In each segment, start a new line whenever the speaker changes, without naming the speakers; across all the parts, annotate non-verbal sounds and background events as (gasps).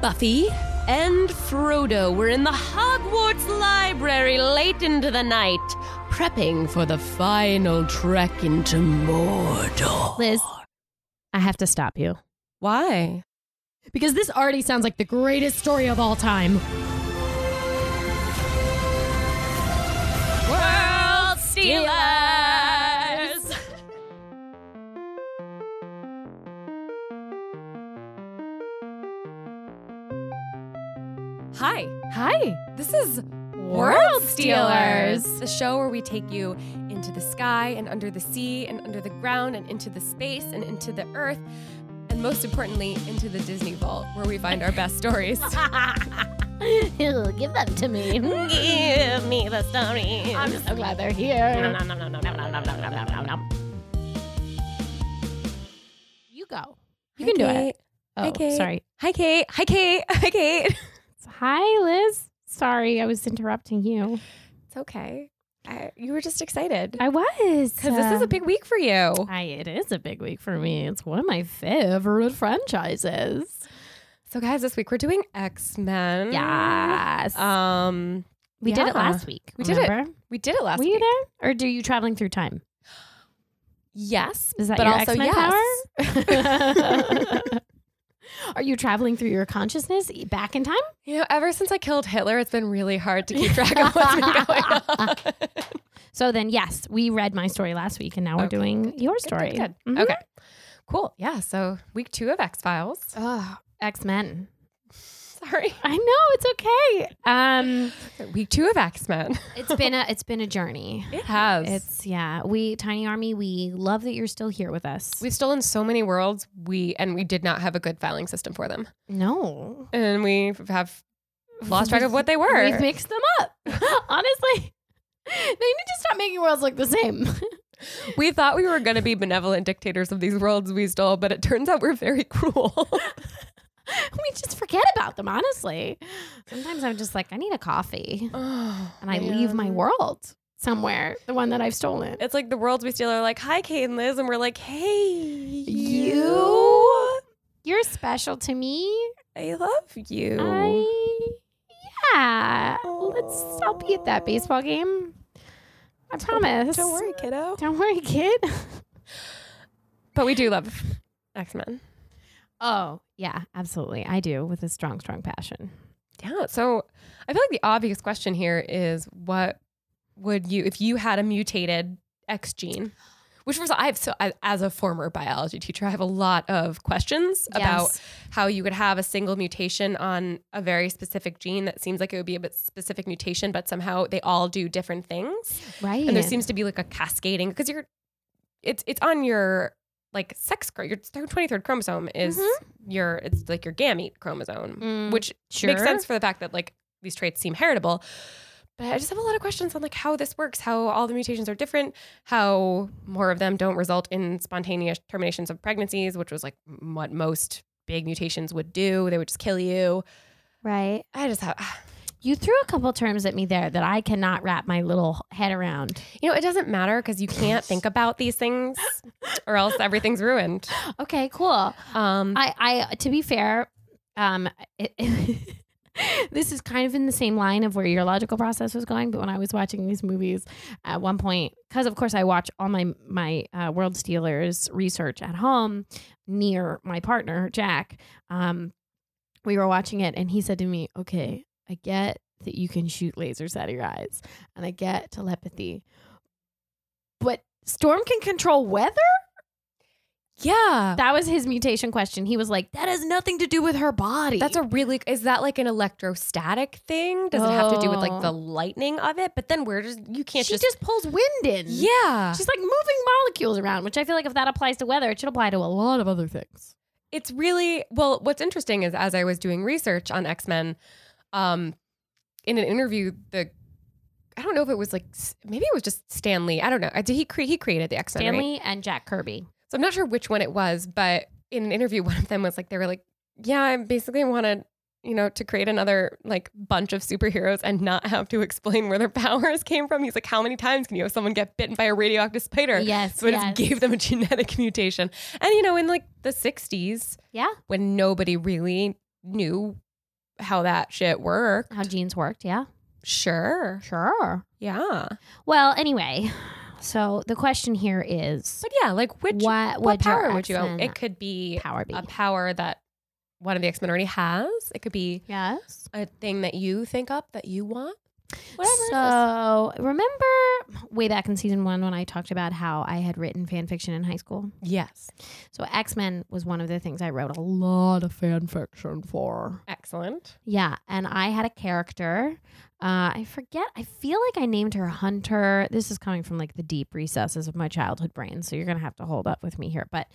Buffy and Frodo were in the Hogwarts library late into the night, prepping for the final trek into Mordor.
Liz, I have to stop you.
Why?
Because this already sounds like the greatest story of all time.
World Stealers!
Hi,
Hi.
this is
World Stealers.
the show where we take you into the sky and under the sea and under the ground and into the space and into the earth, and most importantly, into the Disney vault where we find our best (laughs) stories.
(laughs) Give them to me.
Give me the story.
I'm so glad they're here. You go. You can do it. Oh,
Hi, Kate.
sorry.
Hi, Kate. Hi, Kate. (laughs) Hi, Kate.
Hi, Liz. Sorry, I was interrupting you.
It's okay. I, you were just excited
I was.
because this is a big week for you.
I, it is a big week for me. It's one of my favorite franchises.
So, guys, this week we're doing X Men.
Yes.
Um,
we did
Mm.
it
yeah.
last week.
We did it
remember?
we did it last
Were
week.
you there? Or do you traveling through time?
Yes,
Is that
but
your
also
X-Men
yes.
(laughs) power? Are you traveling through your consciousness e, back in time?
You know, ever since I killed Hitler, it's been really hard to keep track of (laughs) what's been going on.
So then, yes, we read my story last week, and now we're
Okay,
doing your
good,
story.
good. Mm-hmm.
Mhm.
Okay, cool. Yeah, so week two of X Files.
Ugh, X Men.
Sorry,
I know it's okay. Um,
week two of X Men.
it's been a it's been a journey.
It has.
It's yeah. We Tiny Army. We love that you're still here with us.
We've stolen so many worlds. We and we did not have a good filing system for them,
no
and we have lost track of what they were.
We've mixed them up. (laughs) Honestly, (laughs) they need to stop making worlds look the same.
(laughs) we thought we were going to be benevolent dictators of these worlds we stole, but it turns out we're very cruel. (sighs)
we just forget about them. Honestly, sometimes I'm just like, I need a coffee, and I leave my world somewhere, the one that I've stolen.
It's like the worlds we steal are like, "Hi, Kate and Liz," and we're like, "Hey,
You? You're special to me.
I love you."
I yeah. Let's. I'll be at that baseball game. I promise.
Don't worry, kiddo.
Don't worry, kid.
But we do love X Men.
Oh yeah, absolutely. I do with a strong, strong passion.
Yeah. So I feel like the obvious question here is, what would you if you had a mutated X gene? Which was I have so I, as a former biology teacher, I have a lot of questions about
Yes.
how you could have a single mutation on a very specific gene that seems like it would be a bit specific mutation, but somehow they all do different things.
right.
and there seems to be like a cascading because you're it's it's on your like sex chro- your 23rd chromosome is your it's like your gamete chromosome
Mm,
which
sure.
makes sense for the fact that like these traits seem heritable but i just have a lot of questions on like how this works how all the mutations are different how more of them don't result in spontaneous terminations of pregnancies which was like m- what most big mutations would do they would just kill you
right.
i just have
You threw a couple terms at me there that I cannot wrap my little head around.
(sighs) you know it doesn't matter because you can't think about these things or else everything's ruined
Okay, cool.
um
I, I to be fair, um, (laughs) it, this is kind of in the same line of where your logical process was going. But when I was watching these movies, at one point, because of course I watch all my my uh, World Stealers research at home near my partner Jack. Um, we were watching it, and he said to me, "Okay, I get that you can shoot lasers out of your eyes, and I get telepathy, but Storm can control weather."
Yeah.
(laughs) That was his mutation question. He was like, "That has nothing to do with her body."
That's a really is that like an electrostatic thing? Does it have to do with
Oh.
like the lightning of it? But then where does you can't
she
just,
just, pulls wind in.
Yeah.
she's like moving molecules around, which I feel like if that applies to weather, it should apply to a lot of other things.
It's really well, what's interesting is as I was doing research on X-Men, um, in an interview, the I don't know if it was like s- maybe it was just Stan Lee. I don't know. Uh, Did he cre- he created the X-Men? right?
Stanley and Jack Kirby.
So I'm not sure which one it was, but in an interview, (laughs) one of them was like, they were like, yeah, I basically wanted, you know, to create another like bunch of superheroes and not have to explain where their (laughs) powers came from. He's like, how many times can you have someone get bitten by a radioactive spider?
Yes,
So I
yes.
just gave them a genetic (laughs) mutation. And, you know, in like the 60s,
Yeah,
when nobody really knew how that shit worked.
How genes worked, yeah.
Sure.
Sure.
Yeah.
Well, anyway, so the question here is
But yeah, like which
what
what
would your
power would you go?
X-Men
It could be
power be?
a power that one of the X Men already has. It could be
Yes.
a thing that you think up that you want. Whatever. it is.
So remember way back in season one when I talked about how I had written fan fiction in high school?
yes.
So X Men was one of the things I wrote a lot of fan fiction for.
Excellent.
Yeah, and I had a character. Uh, I forget. I feel like I named her Hunter. This is coming from like the deep recesses of my childhood brain, so you're gonna have to hold up with me here. But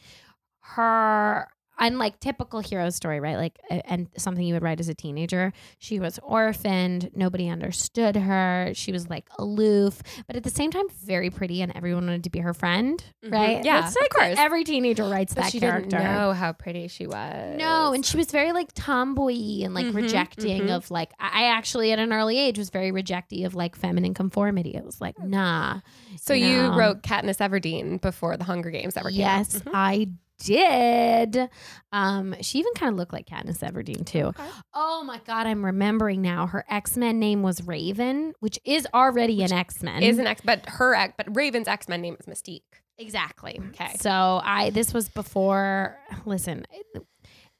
her, unlike typical hero story, right? Like, a- and something you would write as a teenager. She was orphaned. Nobody understood her. She was like aloof, but at the same time, very pretty, and everyone wanted to be her friend,
Mhm.
right?
Yeah,
That's
of
like what
course.
every teenager writes
But
that
she
character.
didn't know how pretty she was.
No, and she was very like tomboy and like
Mhm,
rejecting
mhm.
of like I I actually at an early age was very rejecty of like feminine conformity. It was like
Hmm.
nah.
so
you
you
know.
wrote Katniss Everdeen before the Hunger Games ever came. out. Mm-hmm.
yes, I did. Um, she even kind of looked like Katniss Everdeen too.
Okay.
Oh my god, I'm remembering now. Her X Men name was Raven, which is already an X Men.
Is an X, but her X, but Raven's X Men name is Mystique.
Exactly.
Okay.
So I this was before listen.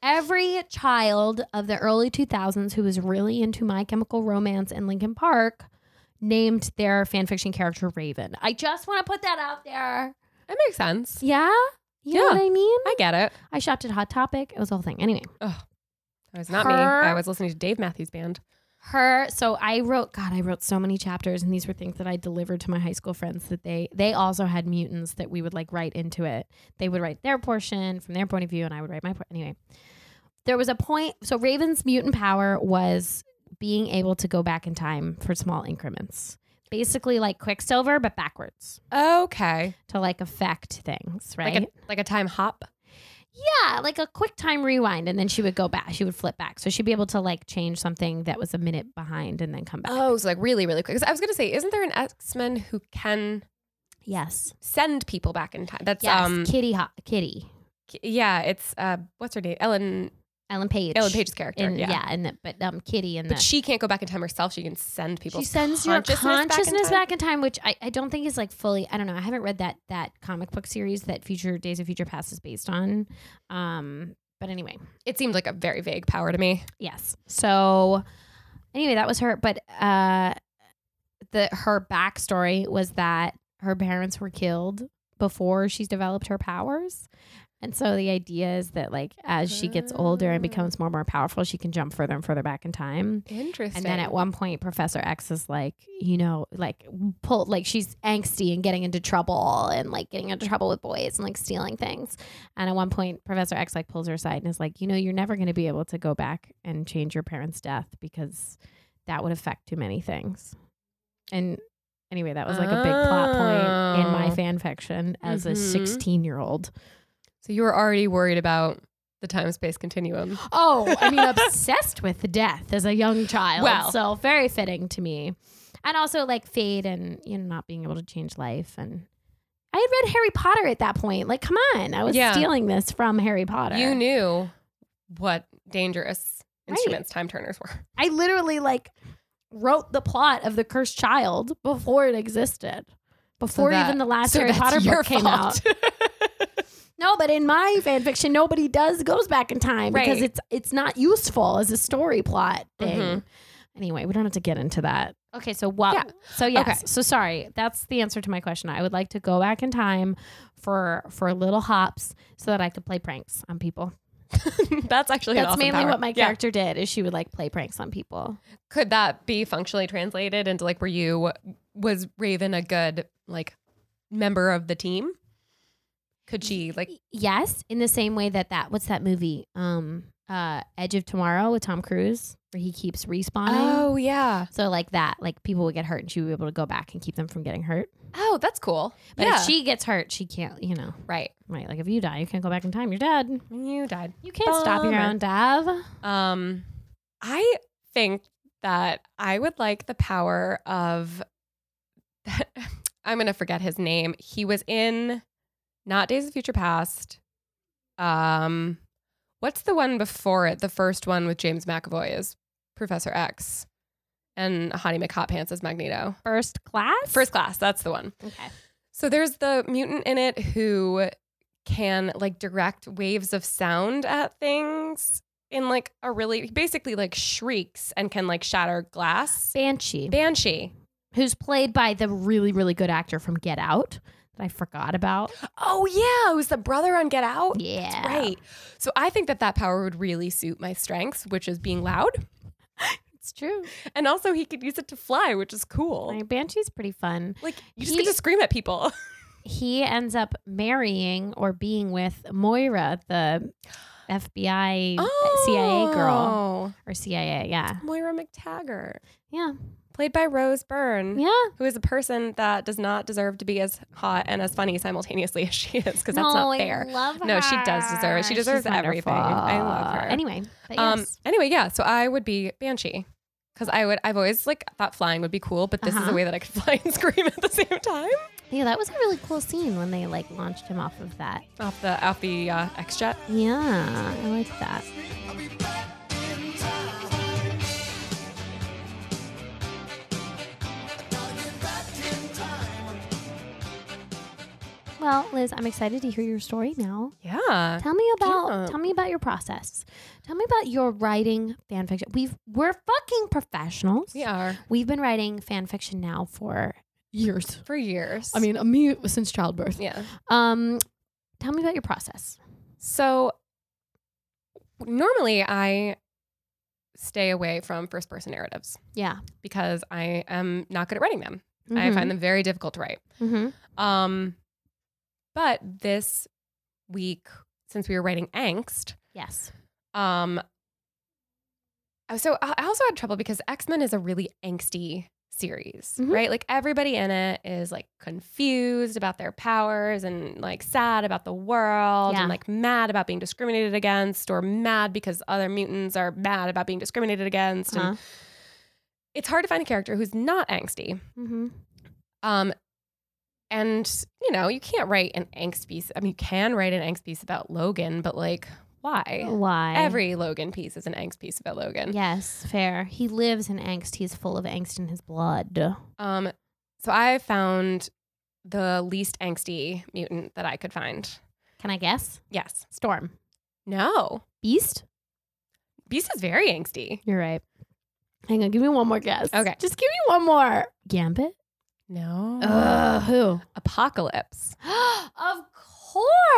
Every child of the early 2000s who was really into My Chemical Romance and Linkin Park named their fanfiction character Raven. I just want to put that out there.
That makes sense.
Yeah? You know
Yeah.
what I mean?
I get it.
I shopped at Hot Topic. It was the whole thing. Anyway,
That was not me.
Her-
I was listening to Dave Matthews Band.
her so I wrote god, I wrote so many chapters and these were things that I delivered to my high school friends that they they also had mutants that we would like write into it. They would write their portion from their point of view and I would write my point. Anyway, there was a point. So Raven's mutant power was being able to go back in time for small increments, basically like Quicksilver, but backwards
Okay,
to like affect things, right?
like a like a time hop.
yeah, like a quick time rewind, and then she would go back. She would flip back, so she'd be able to like change something that was a minute behind and then come back.
Oh, so like really, really quick. 'Cause I was gonna say, isn't there an X Men who can
yes,
send people back in time? That's
yes,
um,
Kitty, Ho- Kitty,
k- yeah, it's uh, what's her name? Ellen
Ellen Page,
Ellen Page's character.
and,
yeah.
yeah, and the, but um, Kitty and
but
the
she can't go back in time herself. She can send people.
she sends your
consciousness back in
consciousness
time?
back in time, which I, I don't think is like fully. I don't know. I haven't read that that comic book series that Future Days of Future Past is based on. Um, but anyway,
It seemed like a very vague power to me.
yes. So anyway, that was her. But uh, the her backstory was that her parents were killed before she's developed her powers. And so the idea is that like as she gets older and
Ah.
becomes more and more powerful, she can jump further and further back in time.
Interesting.
And then at one point, Professor X is like, you know, like pull, like she's angsty and getting into trouble and like getting into trouble with boys and like stealing things. And at one point, Professor X like pulls her aside and is like, you know, you're never going to be able to go back and change your parents' death because that would affect too many things. And anyway, that was like a big plot point in my
Oh.
fan fiction as a
Mhm.
16 year old.
so you were already worried about the time space continuum.
Oh,
(laughs)
I mean, obsessed with death as a young child.
Well.
so very fitting to me. And also like fade and you know not being able to change life. And I had read Harry Potter at that point. Like, come on, I was
Yeah.
stealing this from Harry Potter.
You knew what dangerous
Right.
instruments time turners were.
I literally like wrote the plot of the Cursed Child before it existed. Before
that-
even the last
so
Harry
that's
Potter
your
book came out.
fault.
No, but in my fan fiction, nobody does goes back in time because
Right.
it's it's not useful as a story plot thing.
Mhm.
Anyway, we don't have to get into that. Mm-hmm. Okay, so what?
Yeah.
So yes.
Okay.
So sorry, that's the answer to my question. I would like to go back in time for for little hops so that I could play pranks on people.
(laughs) That's actually an
that's
awesome
mainly
power.
what my
Yeah.
character did is she would like play pranks on people.
Could that be functionally translated into like were you was Raven a good like member of the team? Could she like
Yes, in the same way that that what's that movie? Um, uh, Edge of Tomorrow with Tom Cruise, where he keeps respawning.
Oh, yeah.
So like that, like people would get hurt and she would be able to go back and keep them from getting hurt.
Oh, that's cool.
But
yeah.
if she gets hurt, she can't, you know,
right.
right? Like if you die, you can't go back in time. You're dead.
You died.
You can't stop your
Bummer.
own death.
Um I think that I would like the power of (laughs) I'm gonna forget his name. He was in not Days of Future Past. Um what's the one before it? The first one with James McAvoy is Professor X and Hottie McHot Pants as Magneto.
First class.
First class, that's the one.
Okay.
So there's the mutant in it who can like direct waves of sound at things in like a really he basically like shrieks and can like shatter glass.
Banshee,
Banshee.
who's played by the really really good actor from Get Out that I forgot (gasps) about.
Oh yeah, it was the brother on Get Out.
Yeah.
That's right. So I think that that power would really suit my strengths, which is being loud,
It's true.
and also he could use it to fly, which is cool.
Like, Banshee's pretty fun.
like you just
He-
get to scream at (laughs) people.
He ends up marrying or being with Moira, the (gasps) FBI CIA girl or CIA. Yeah.
Oh, Moira McTaggart,
Yeah.
played by Rose Byrne.
Yeah.
Who is a person that does not deserve to be as hot and as funny simultaneously (laughs) as she is? Because that's
I
not fair.
love
No, she does deserve it. She
her.
deserves
She's
everything. I love
wonderful.
her.
Anyway, but
Um.
yes.
Anyway, yeah. So I would be Banshee because I would. I've always like thought flying would be cool, but this is
Uh-huh.
a way that I could (laughs) fly and scream at the same time.
yeah, that was a really cool scene when they like launched him off of that.
Off the off the uh, X jet.
Yeah, I like that. Well, Liz, I'm excited to hear your story now.
Yeah.
Tell me about
Yeah.
tell me about your process. Tell me about your writing fan fiction. We've we're fucking professionals.
We are
We've been writing fan fiction now for years.
for years.
I mean, me since childbirth.
yeah.
Um, tell me about your process.
So normally I stay away from first person narratives
Yeah,
because I am not good at writing them. I find them very difficult to write.
Mm-hmm.
Um, but this week, since we were writing angst,
Yes.
um, I- so I I also had trouble because X Men is a really angsty series,
Mhm.
right? Like everybody in it is like confused about their powers and like sad about the world
Yeah.
and like mad about being discriminated against or mad because other mutants are mad about being discriminated against.
Uh-huh.
And it's hard to find a character who's not angsty.
Mm-hmm.
Um, and you know, you can't write an angst piece. I mean, you can write an angst piece about Logan, but like, Oh, why?
Why?
Every Logan piece is an angst piece about Logan.
Yes, fair. He lives in angst. He's full of angst in his blood.
Um, so I found the least angsty mutant that I could find.
Can I guess?
Yes.
Storm.
No.
Beast.
Beast is very angsty.
You're right. Hang on. Give me one more guess.
Okay.
Just give me one more. Gambit.
No.
Ugh. Who?
Apocalypse.
(gasps) of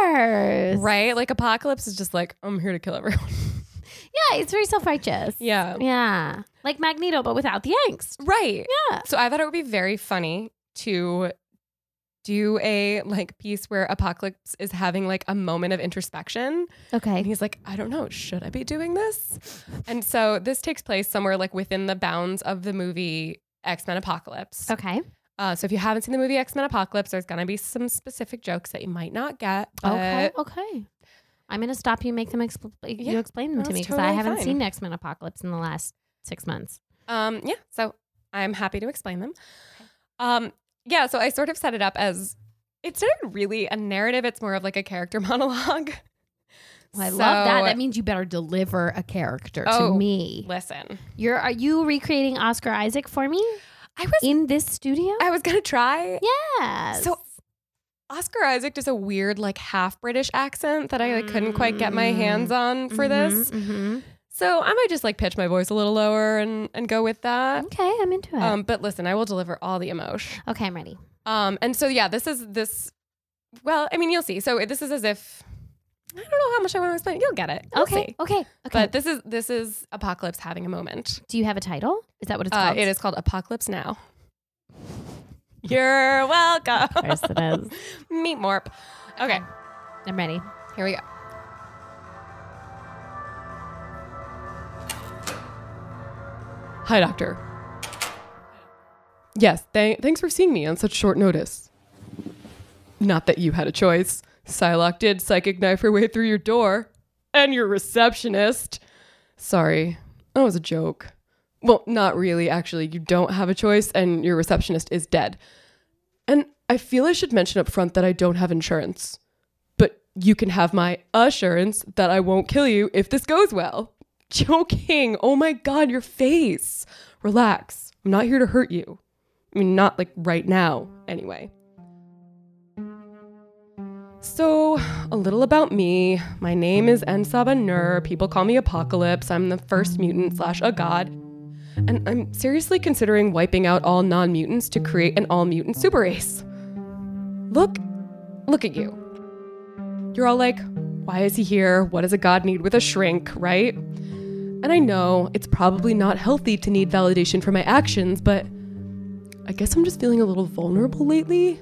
course.
Right? Like Apocalypse is just like, I'm here to kill everyone. (laughs)
Yeah. It's very self-righteous.
yeah.
Yeah. Like Magneto, but without the angst.
Right.
Yeah.
So I thought it would be very funny to do a like piece where Apocalypse is having like a moment of introspection
Okay.
and he's like, I don't know, should I be doing this? And so this takes place somewhere like within the bounds of the movie X-Men Apocalypse.
Okay.
Uh, so if you haven't seen the movie X-Men Apocalypse, there's gonna be some specific jokes that you might not get. But
Okay. Okay. I'm gonna stop you. Make them expl- you
Yeah,
explain them to
that's
me because I
totally
haven't
fine.
seen X Men Apocalypse in the last six months.
Um, yeah, so I'm happy to explain them. Um, yeah, so I sort of set it up as it's not really a narrative, it's more of like a character (laughs) monologue.
Well, Oh, I love that.
So-
That means you better deliver a character
Oh.
to me.
Listen,
You're are you recreating Oscar Isaac for me
I was
in this studio?
I was gonna try.
yes.
So Oscar Isaac does a weird like half British accent that I like couldn't quite get my
Mm.
hands on for this.
Mhm, mhm.
So I might just like pitch my voice a little lower and and go with that.
Okay, I'm into it.
Um, but listen, I will deliver all the emotion.
okay, I'm ready.
Um, and so yeah, this is this. Well, I mean, you'll see. So this is as if I don't know how much I want to explain. You'll get it. You'll
Okay,
see.
okay, okay.
But this is this is Apocalypse having a moment.
Do you have a title? Is that what it's
Uh,
called?
it is called Apocalypse
(laughs)
Now. You're welcome.
Of course it (laughs) is.
(laughs) Meet Morp. Okay,
I'm ready.
here we go. Hi, Doctor. Yes, th- thanks for seeing me on such short notice. Not that you had a choice. Psylocke did psychic knife her way through your door. And your receptionist. Sorry, that was a joke. Well, not really, actually. You don't have a choice, and your receptionist is dead. And I feel I should mention up front that I don't have insurance. But you can have my assurance that I won't kill you if this goes well. joking. Oh my God, your face. Relax. I'm not here to hurt you. I mean, not like right now, anyway. So, a little about me. My name is Ensaba Nur. People call me Apocalypse. I'm the first mutant slash a god. And I'm seriously considering wiping out all non mutants to create an all mutant super race. Look, look at you. You're all like, why is he here? What does a god need with a shrink, right? And I know it's probably not healthy to need validation for my actions, but I guess I'm just feeling a little vulnerable lately.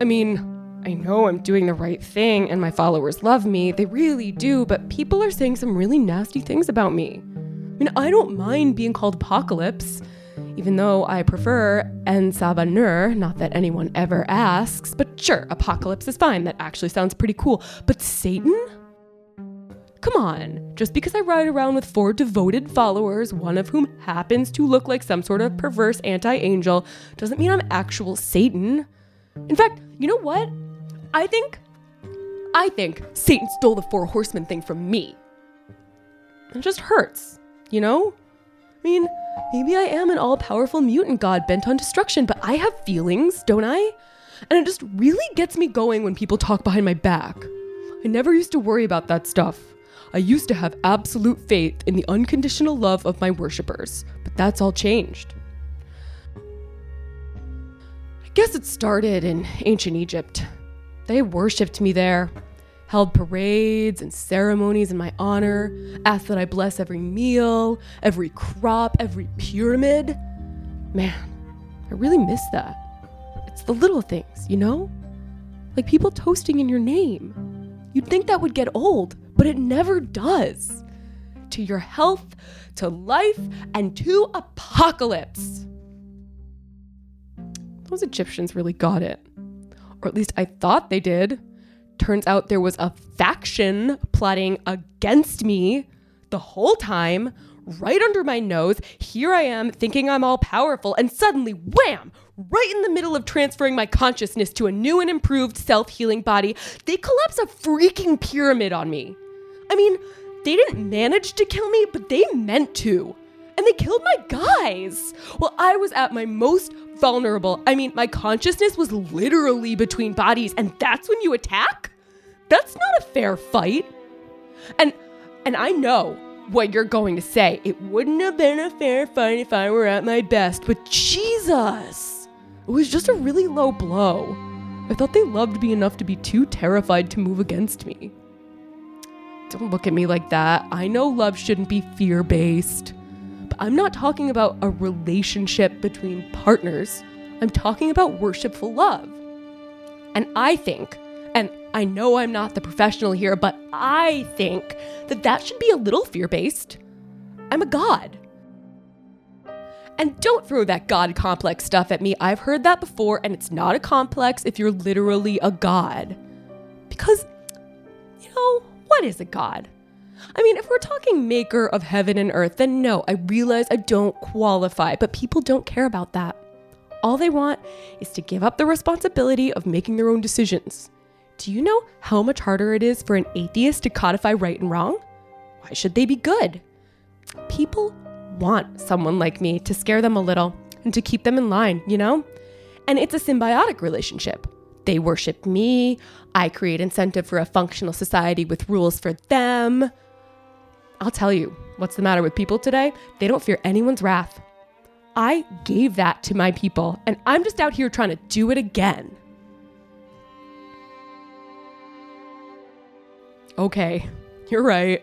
I mean, I know I'm doing the right thing and my followers love me, they really do, but people are saying some really nasty things about me. I mean, I don't mind being called Apocalypse, even though I prefer En Sabanur, not that anyone ever asks, but sure, Apocalypse is fine. That actually sounds pretty cool. But Satan? Come on, just because I ride around with four devoted followers, one of whom happens to look like some sort of perverse anti angel, doesn't mean I'm actual Satan. In fact, you know what? I think. I think Satan stole the four horsemen thing from me. It just hurts, you know? I mean, maybe I am an all powerful mutant god bent on destruction, but I have feelings, don't I? And it just really gets me going when people talk behind my back. I never used to worry about that stuff. I used to have absolute faith in the unconditional love of my worshippers, but that's all changed. I guess it started in ancient Egypt. They worshipped me there, held parades and ceremonies in my honor, asked that I bless every meal, every crop, every pyramid. Man, I really miss that. It's the little things, you know? Like people toasting in your name. You'd think that would get old, but it never does. To your health, to life, and to apocalypse. Those Egyptians really got it. Or at least I thought they did. Turns out there was a faction plotting against me the whole time, right under my nose. Here I am thinking I'm all powerful, and suddenly, wham! Right in the middle of transferring my consciousness to a new and improved self healing body, they collapse a freaking pyramid on me. I mean, they didn't manage to kill me, but they meant to. And they killed my guys. Well, I was at my most vulnerable. I mean, my consciousness was literally between bodies, and that's when you attack? That's not a fair fight. And and I know what you're going to say. It wouldn't have been a fair fight if I were at my best, but Jesus. It was just a really low blow. I thought they loved me enough to be too terrified to move against me. Don't look at me like that. I know love shouldn't be fear based. But I'm not talking about a relationship between partners. I'm talking about worshipful love. And I think, and I know I'm not the professional here, but I think that that should be a little fear based. I'm a god. And don't throw that god complex stuff at me. I've heard that before, and it's not a complex if you're literally a god. Because, you know, what is a god? I mean, if we're talking maker of heaven and earth, then no, I realize I don't qualify, but people don't care about that. All they want is to give up the responsibility of making their own decisions. Do you know how much harder it is for an atheist to codify right and wrong? Why should they be good? People want someone like me to scare them a little and to keep them in line, you know? And it's a symbiotic relationship. They worship me, I create incentive for a functional society with rules for them. I'll tell you what's the matter with people today. They don't fear anyone's wrath. I gave that to my people, and I'm just out here trying to do it again. Okay, you're right.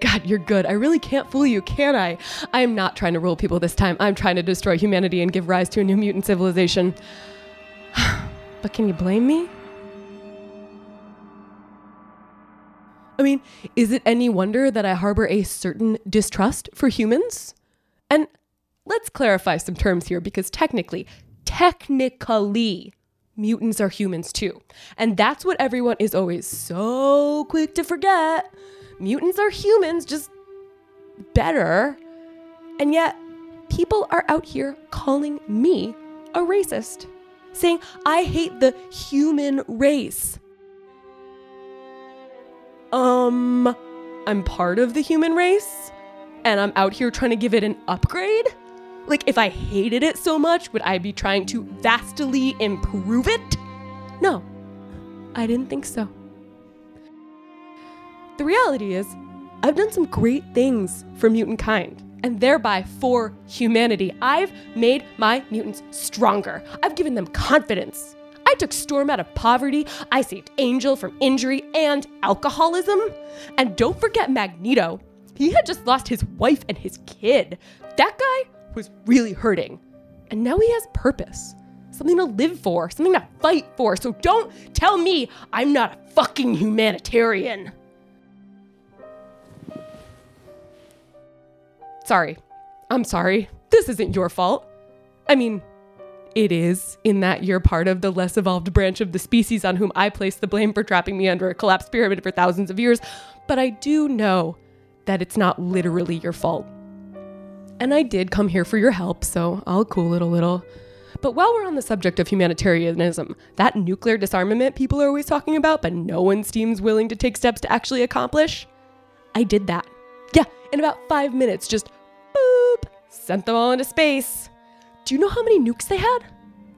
God, you're good. I really can't fool you, can I? I am not trying to rule people this time. I'm trying to destroy humanity and give rise to a new mutant civilization. but can you blame me? I mean, is it any wonder that I harbor a certain distrust for humans? And let's clarify some terms here because technically, technically, mutants are humans too. And that's what everyone is always so quick to forget. Mutants are humans, just better. And yet, people are out here calling me a racist, saying, I hate the human race. Um, I'm part of the human race? and I'm out here trying to give it an upgrade? Like, if I hated it so much, would I be trying to vastly improve it? No, I didn't think so. The reality is, I've done some great things for mutant kind and thereby for humanity. I've made my mutants stronger. I've given them confidence. I took Storm out of poverty. I saved Angel from injury and alcoholism. And don't forget Magneto. He had just lost his wife and his kid. That guy was really hurting. And now he has purpose something to live for, something to fight for. So don't tell me I'm not a fucking humanitarian. Sorry. I'm sorry. This isn't your fault. I mean, it is, in that you're part of the less evolved branch of the species on whom I place the blame for trapping me under a collapsed pyramid for thousands of years, but I do know that it's not literally your fault. And I did come here for your help, so I'll cool it a little. But while we're on the subject of humanitarianism, that nuclear disarmament people are always talking about, but no one seems willing to take steps to actually accomplish, I did that. Yeah, in about five minutes, just boop, sent them all into space. Do you know how many nukes they had?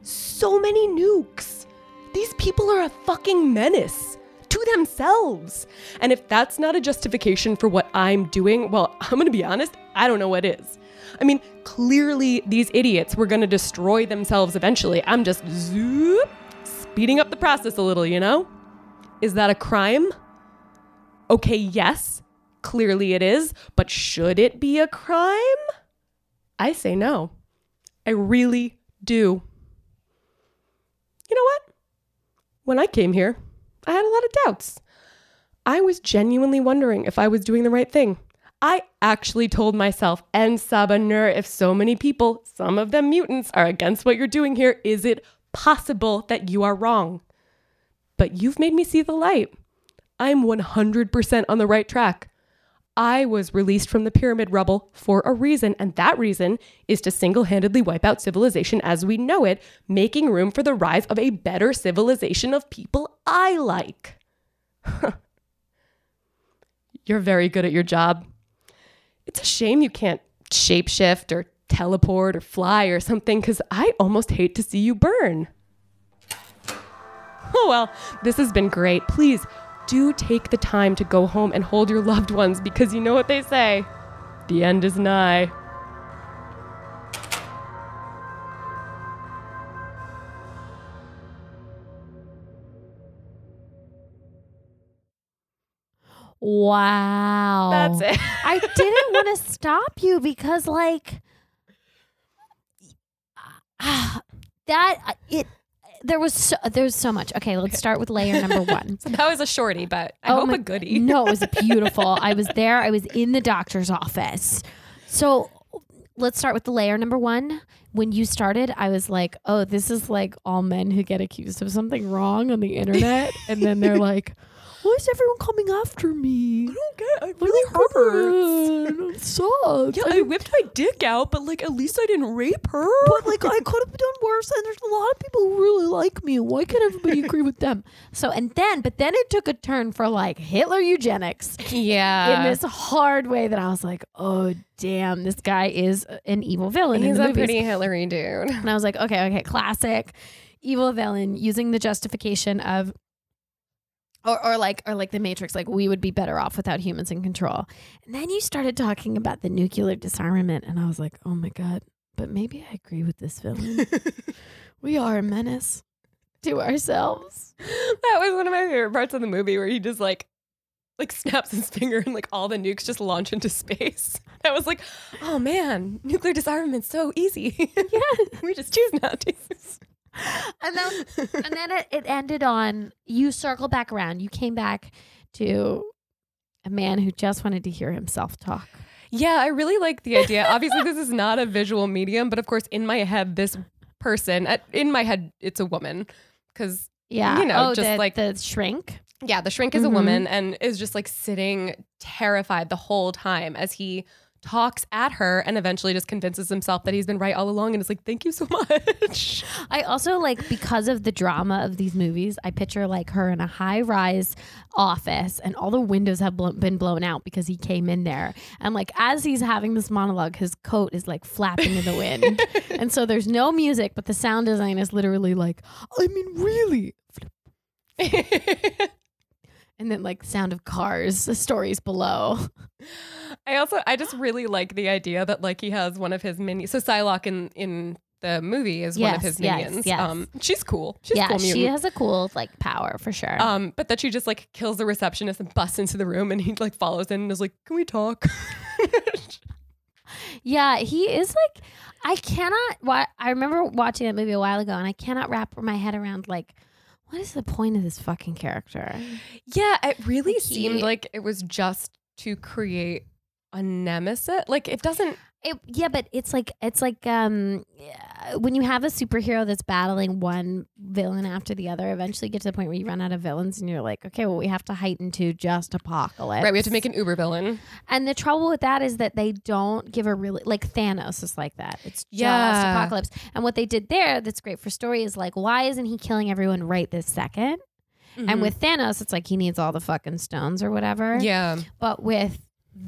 So many nukes. These people are a fucking menace to themselves. And if that's not a justification for what I'm doing, well, (laughs) I'm gonna be honest, I don't know what is. I mean, clearly these idiots were gonna destroy themselves eventually. I'm just zoop, speeding up the process a little, you know? Is that a crime? Okay, yes, clearly it is, but should it be a crime? I say no. I really do. You know what? When I came here, I had a lot of doubts. I was genuinely wondering if I was doing the right thing. I actually told myself and Sabanur if so many people, some of them mutants, are against what you're doing here, is it possible that you are wrong? But you've made me see the light. I'm 100% on the right track. I was released from the pyramid rubble for a reason, and that reason is to single handedly wipe out civilization as we know it, making room for the rise of a better civilization of people I like. (laughs) You're very good at your job. It's a shame you can't shapeshift or teleport or fly or something, because I almost hate to see you burn. (laughs) Oh well, this has been great. Please do take the time to go home and hold your loved ones because you know what they say the end is nigh.
Wow.
That's it.
Oh. (laughs)
(laughs)
I didn't want to stop you because, like, (sighs) ah, that it there was so, there's so much. Okay, let's start with layer number
(laughs)
one.
That was a shorty, but I
Oh
hope
my-
a goodie. (laughs)
No, it was beautiful. I was there. I was in the doctor's office. So let's start with the layer number one. When you started, I was like, oh, this is like all men who get accused of something wrong on the internet. and then (laughs) they're like, why is everyone coming after me?
don't get it.
God, it sucks. I mean,
whipped my dick out, but like at least I didn't rape her. (laughs)
but like I could have done worse, and there's a lot of people who really like me. Why can't (laughs) everybody agree with them? So and then, but then it took a turn for like Hitler eugenics
Yeah.
in this hard way that I was like, oh damn, this guy is an evil villain. in
He's
the
a
movies.
pretty Hillary dude.
And I was like, okay, okay, classic evil villain using the justification of or, or like or like the matrix like we would be better off without humans in control and then you started talking about the nuclear disarmament and i was like oh my god but maybe i agree with this (laughs) villain we are a menace to ourselves
That was one of my favorite parts of the movie where he just like like snaps his finger and like all the nukes just launch into space. (laughs) I was like, oh man, nuclear disarmament's so easy. (laughs) Yeah. we just choose not to.
and then and then it, it ended on you circle back around you came back to a man who just wanted to hear himself talk
Yeah, I really like the idea. Obviously, this is not a visual medium, but of course, in my head, this person, at- in my head, it's a woman. Because,
yeah
You know,
Oh,
just
the-
like-
the shrink
yeah, the shrink is
Mhm.
a woman and is just like sitting terrified the whole time as he talks at her and eventually just convinces himself that he's been right all along and is like, thank you so (laughs) much.
I also like because of the drama of these movies, I picture like her in a high rise office and all the windows have blo- been blown out because he came in there. And like as he's having this monologue, his coat is like flapping in the (laughs) wind. and so there's no music, but the sound design is literally like, I mean, really? And then like sound of cars, the stories below.
I also I just really like the idea that like he has one of his minions. So Psylocke in in the movie is one of
Yes,
his
yes,
minions.
yes.
Um she's cool. She's a
yeah,
cool mutant.
she has a cool like power for sure.
um, but that she just like kills the receptionist and busts into the room and he like follows in and is like, Can we talk? (laughs)
Yeah, he is like I cannot wa- I remember watching that movie a while ago and I cannot wrap my head around like what is the point of this fucking character?
yeah, it really
Like,
seemed
he-
like it was just to create a nemesis. Like it doesn't
It, yeah, but it's like it's like um yeah, when you have a superhero that's battling one villain after the other, eventually you get to the point where you run out of villains and you're like, okay, well we have to heighten to just apocalypse.
Right, we have to make an Uber villain.
And the trouble with that is that they don't give a really like Thanos is like that. It's just
Yeah.
apocalypse. And what they did there that's great for story is like, why isn't he killing everyone right this 2nd
Mm-hmm.
And with Thanos, it's like he needs all the fucking stones or whatever.
Yeah.
But with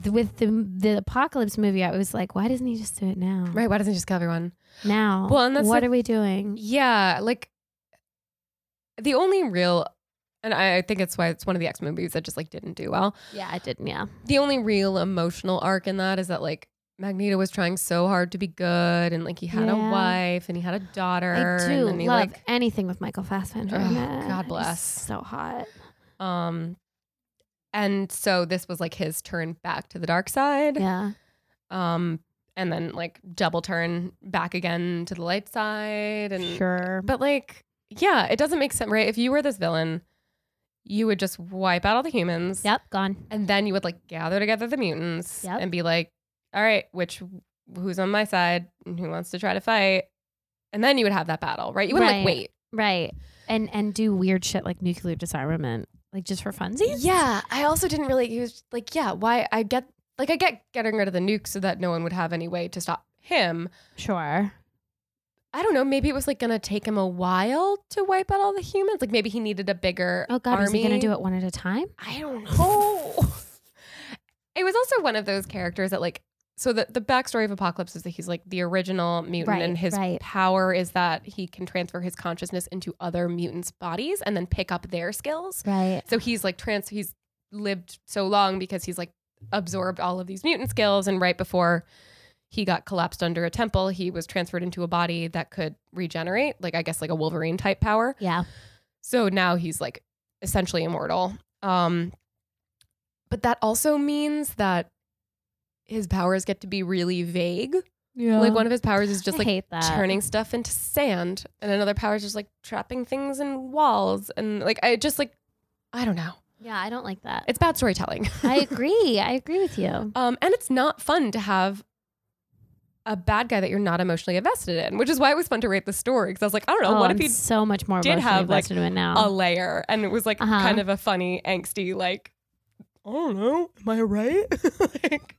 th- with the the apocalypse movie, I was like, why doesn't he just do it now?
Right, why doesn't he just kill everyone?
Now,
Well, and that's
what
the-
are we doing?
Yeah, like the only real, and I, I think it's why it's one of the X movies that just like didn't do well.
Yeah, I didn't. Yeah,
The only real emotional arc in that is that like Magneto was trying so hard to be good, and like he had
Yeah.
a wife and he had a daughter,
I do
and then he
love
like
anything with Michael Fassbender.
Ugh,
in it.
God
He's
bless.
so
(laughs)
hot.
um, and so this was like his turn back to the dark side,
Yeah,
um, and then like double turn back again to the light side, and
sure.
But like, yeah, it doesn't make sense, right? If you were this villain, you would just wipe out all the humans.
Yep, gone.
And then you would like gather together the mutants
Yep.
and be like, all right, which who's on my side and who wants to try to fight? And then you would have that battle, right? You would
Right.
like wait.
Right. And and do weird shit like nuclear disarmament, like just for funsies.
Yeah. I also didn't really he was like, yeah, why I get like I get getting rid of the nuke so that no one would have any way to stop him.
Sure.
I don't know, maybe it was like gonna take him a while to wipe out all the humans. Like maybe he needed a bigger
Oh God,
army.
is he gonna do it one at a time?
I don't
(laughs)
know. (laughs) it was also one of those characters that like so the, the backstory of Apocalypse is that he's like the original mutant
Right,
and his
right.
power is that he can transfer his consciousness into other mutants' bodies and then pick up their skills.
Right.
So he's like trans he's lived so long because he's like absorbed all of these mutant skills and right before he got collapsed under a temple, he was transferred into a body that could regenerate, like I guess like a Wolverine type power.
Yeah.
So now he's like essentially immortal. Um, but that also means that his powers get to be really vague.
Yeah.
Like one of his powers is just
I
like
hate that.
turning stuff into sand, and another power is just like trapping things in walls, and like I just like I don't know.
Yeah, I don't like that.
(laughs) It's bad storytelling.
I agree. I agree with you.
Um, and it's not fun to have a bad guy that you're not emotionally invested in, which is why it was fun to rate the story because I was like, I don't know,
oh,
what
I'm
if he
so much more
did
emotionally
have, like,
invested in it now?
a layer and it was like
Uh-huh.
kind of a funny angsty like i don't know am i right (laughs) like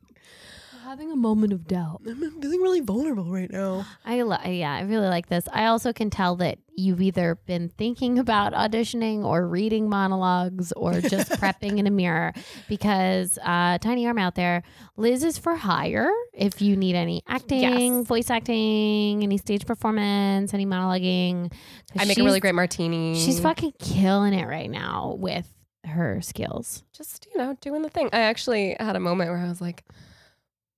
having a moment of doubt.
i'm feeling really vulnerable right now
I lo- yeah, I really like this. I also can tell that you've either been thinking about auditioning or reading monologues or
(laughs)
just prepping in a mirror because uh, tiny arm out there, Liz is for hire. If you need any acting,
Yes.
voice acting, any stage performance, any monologuing, 'Cause
i make a
she's-
really great martini
She's fucking killing it right now with her skills.
just you know doing the thing i actually had a moment where i was like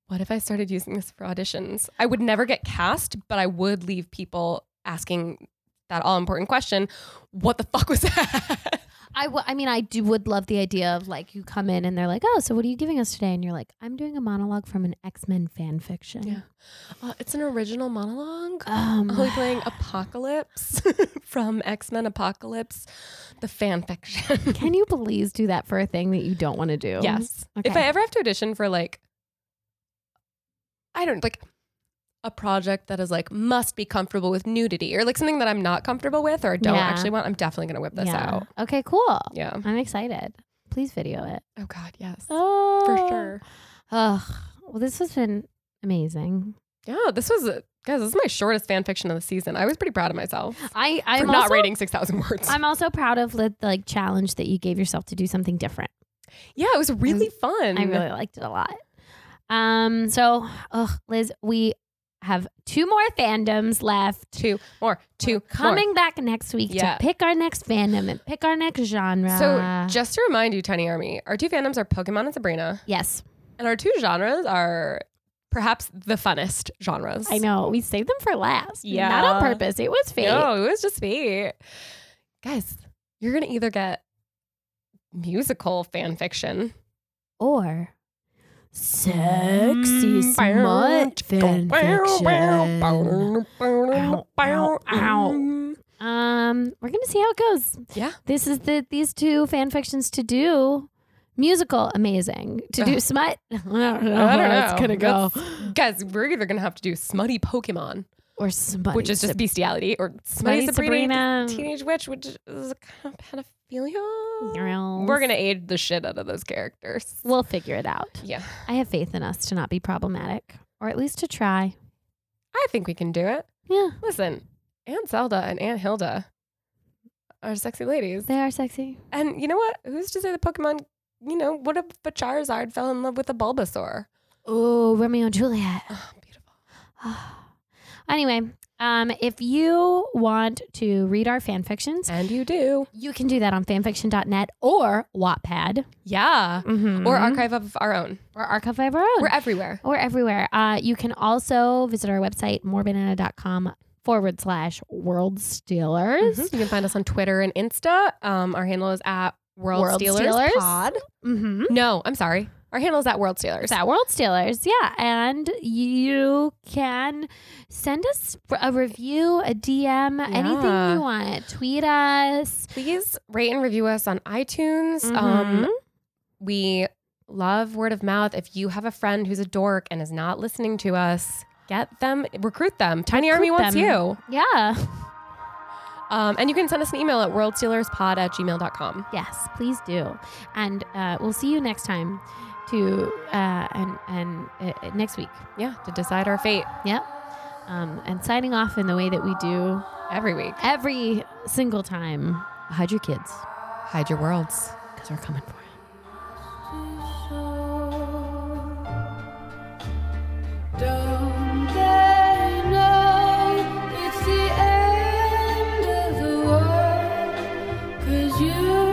what if i started using this for auditions i would never get cast but i would leave people asking that all important question what the fuck was that
I, w- I mean, I do would love the idea of like you come in and they're like, oh, so what are you giving us today? And you're like, I'm doing a monologue from an X Men fan fiction.
Yeah. uh, it's an original monologue
Um, (sighs)
I'll be playing Apocalypse (laughs) from X Men Apocalypse, the fan fiction.
can you please do that for a thing that you don't want to do?
yes. If
Okay.
I ever have to audition for like, I don't like a project that is like must be comfortable with nudity or like something that I'm not comfortable with or don't
Yeah.
actually want, I'm definitely gonna whip this
yeah.
out.
Okay, cool.
Yeah.
I'm excited. Please video it.
Oh God, yes,
Oh.
for sure.
Ugh. Well, this has been amazing.
Yeah, this was a, guys. This is my shortest fan fiction of the season. I was pretty proud of myself
I
for
I'm
not
also,
rating six thousand words.
I'm also proud of the like challenge that you gave yourself to do something different.
yeah, it was really fun.
I really liked it a lot. Um, so, ugh, Liz, we have two more fandoms left.
two more, two more.
Coming back next week
Yeah.
to pick our next fandom and pick our next genre.
So just to remind you, Tiny Army, our two fandoms are Pokemon and Sabrina,
yes,
and our two genres are perhaps the funnest genres.
I know we saved them for last.
Yeah.
not on purpose. It was fate.
No, Oh, it was just fate. Guys, you're gonna either get musical fan fiction
or sexy
Mm,
smut fan fiction. Ow, ow, ow. Um, we're gonna see how it goes.
Yeah.
this is the these two fan fictions to do. Musical, amazing. To do
Ugh.
smut, (laughs) I don't know
I
where
don't
it's
know.
gonna go.
Guys, we're either gonna have to do smutty Pokemon,
Or smut,
which is just bestiality, or smutty, Sabrina,
Sabrina.
Teenage Witch, which is kind of pedophilia.
Girls.
We're gonna age the shit out of those characters.
We'll figure it out.
Yeah,
I have faith in us to not be problematic, or at least to try.
I think we can do it.
Yeah,
Listen, Aunt Zelda and Aunt Hilda are sexy ladies.
they are sexy.
And you know what? Who's to say the Pokemon, you know, what if a Charizard fell in love with a Bulbasaur?
Oh, Romeo and Juliet.
(gasps) Oh, beautiful.
anyway, um, if you want to read our fan fictions,
And you do.
you can do that on fanfiction.net or Wattpad
Yeah. Or
or, arch-
archive of our own.
or archive of our own.
We're everywhere.
or everywhere. Uh, you can also visit our website, morebanana.com forward slash world stealers.
You can find us on Twitter and Insta. Um, our handle is at World,
World
Stealers,
Stealers?
Pod.
Mm-hmm.
No, I'm sorry. Our handle is at World Stealers.
It's at World Stealers, yeah. And you can send us a review, a DM, anything
Yeah.
you want. Tweet us.
Please rate and review us on iTunes. Um,
Mhm.
we love word of mouth. If you have a friend who's a dork and is not listening to us, get them, recruit them. Tiny Army
Recruit
wants
them.
you.
yeah.
Um, and you can send us an email at worldstealerspod at gmail.com.
Yes, please do. And uh, we'll see you next time to uh, and and uh, uh, next week.
Yeah, to decide our fate
Yep. Um, and signing off in the way that we do
every week.
every single time. Hide your kids
Hide your worlds.
because we're coming for you.
Don't they know it's the end of the world? 'Cause you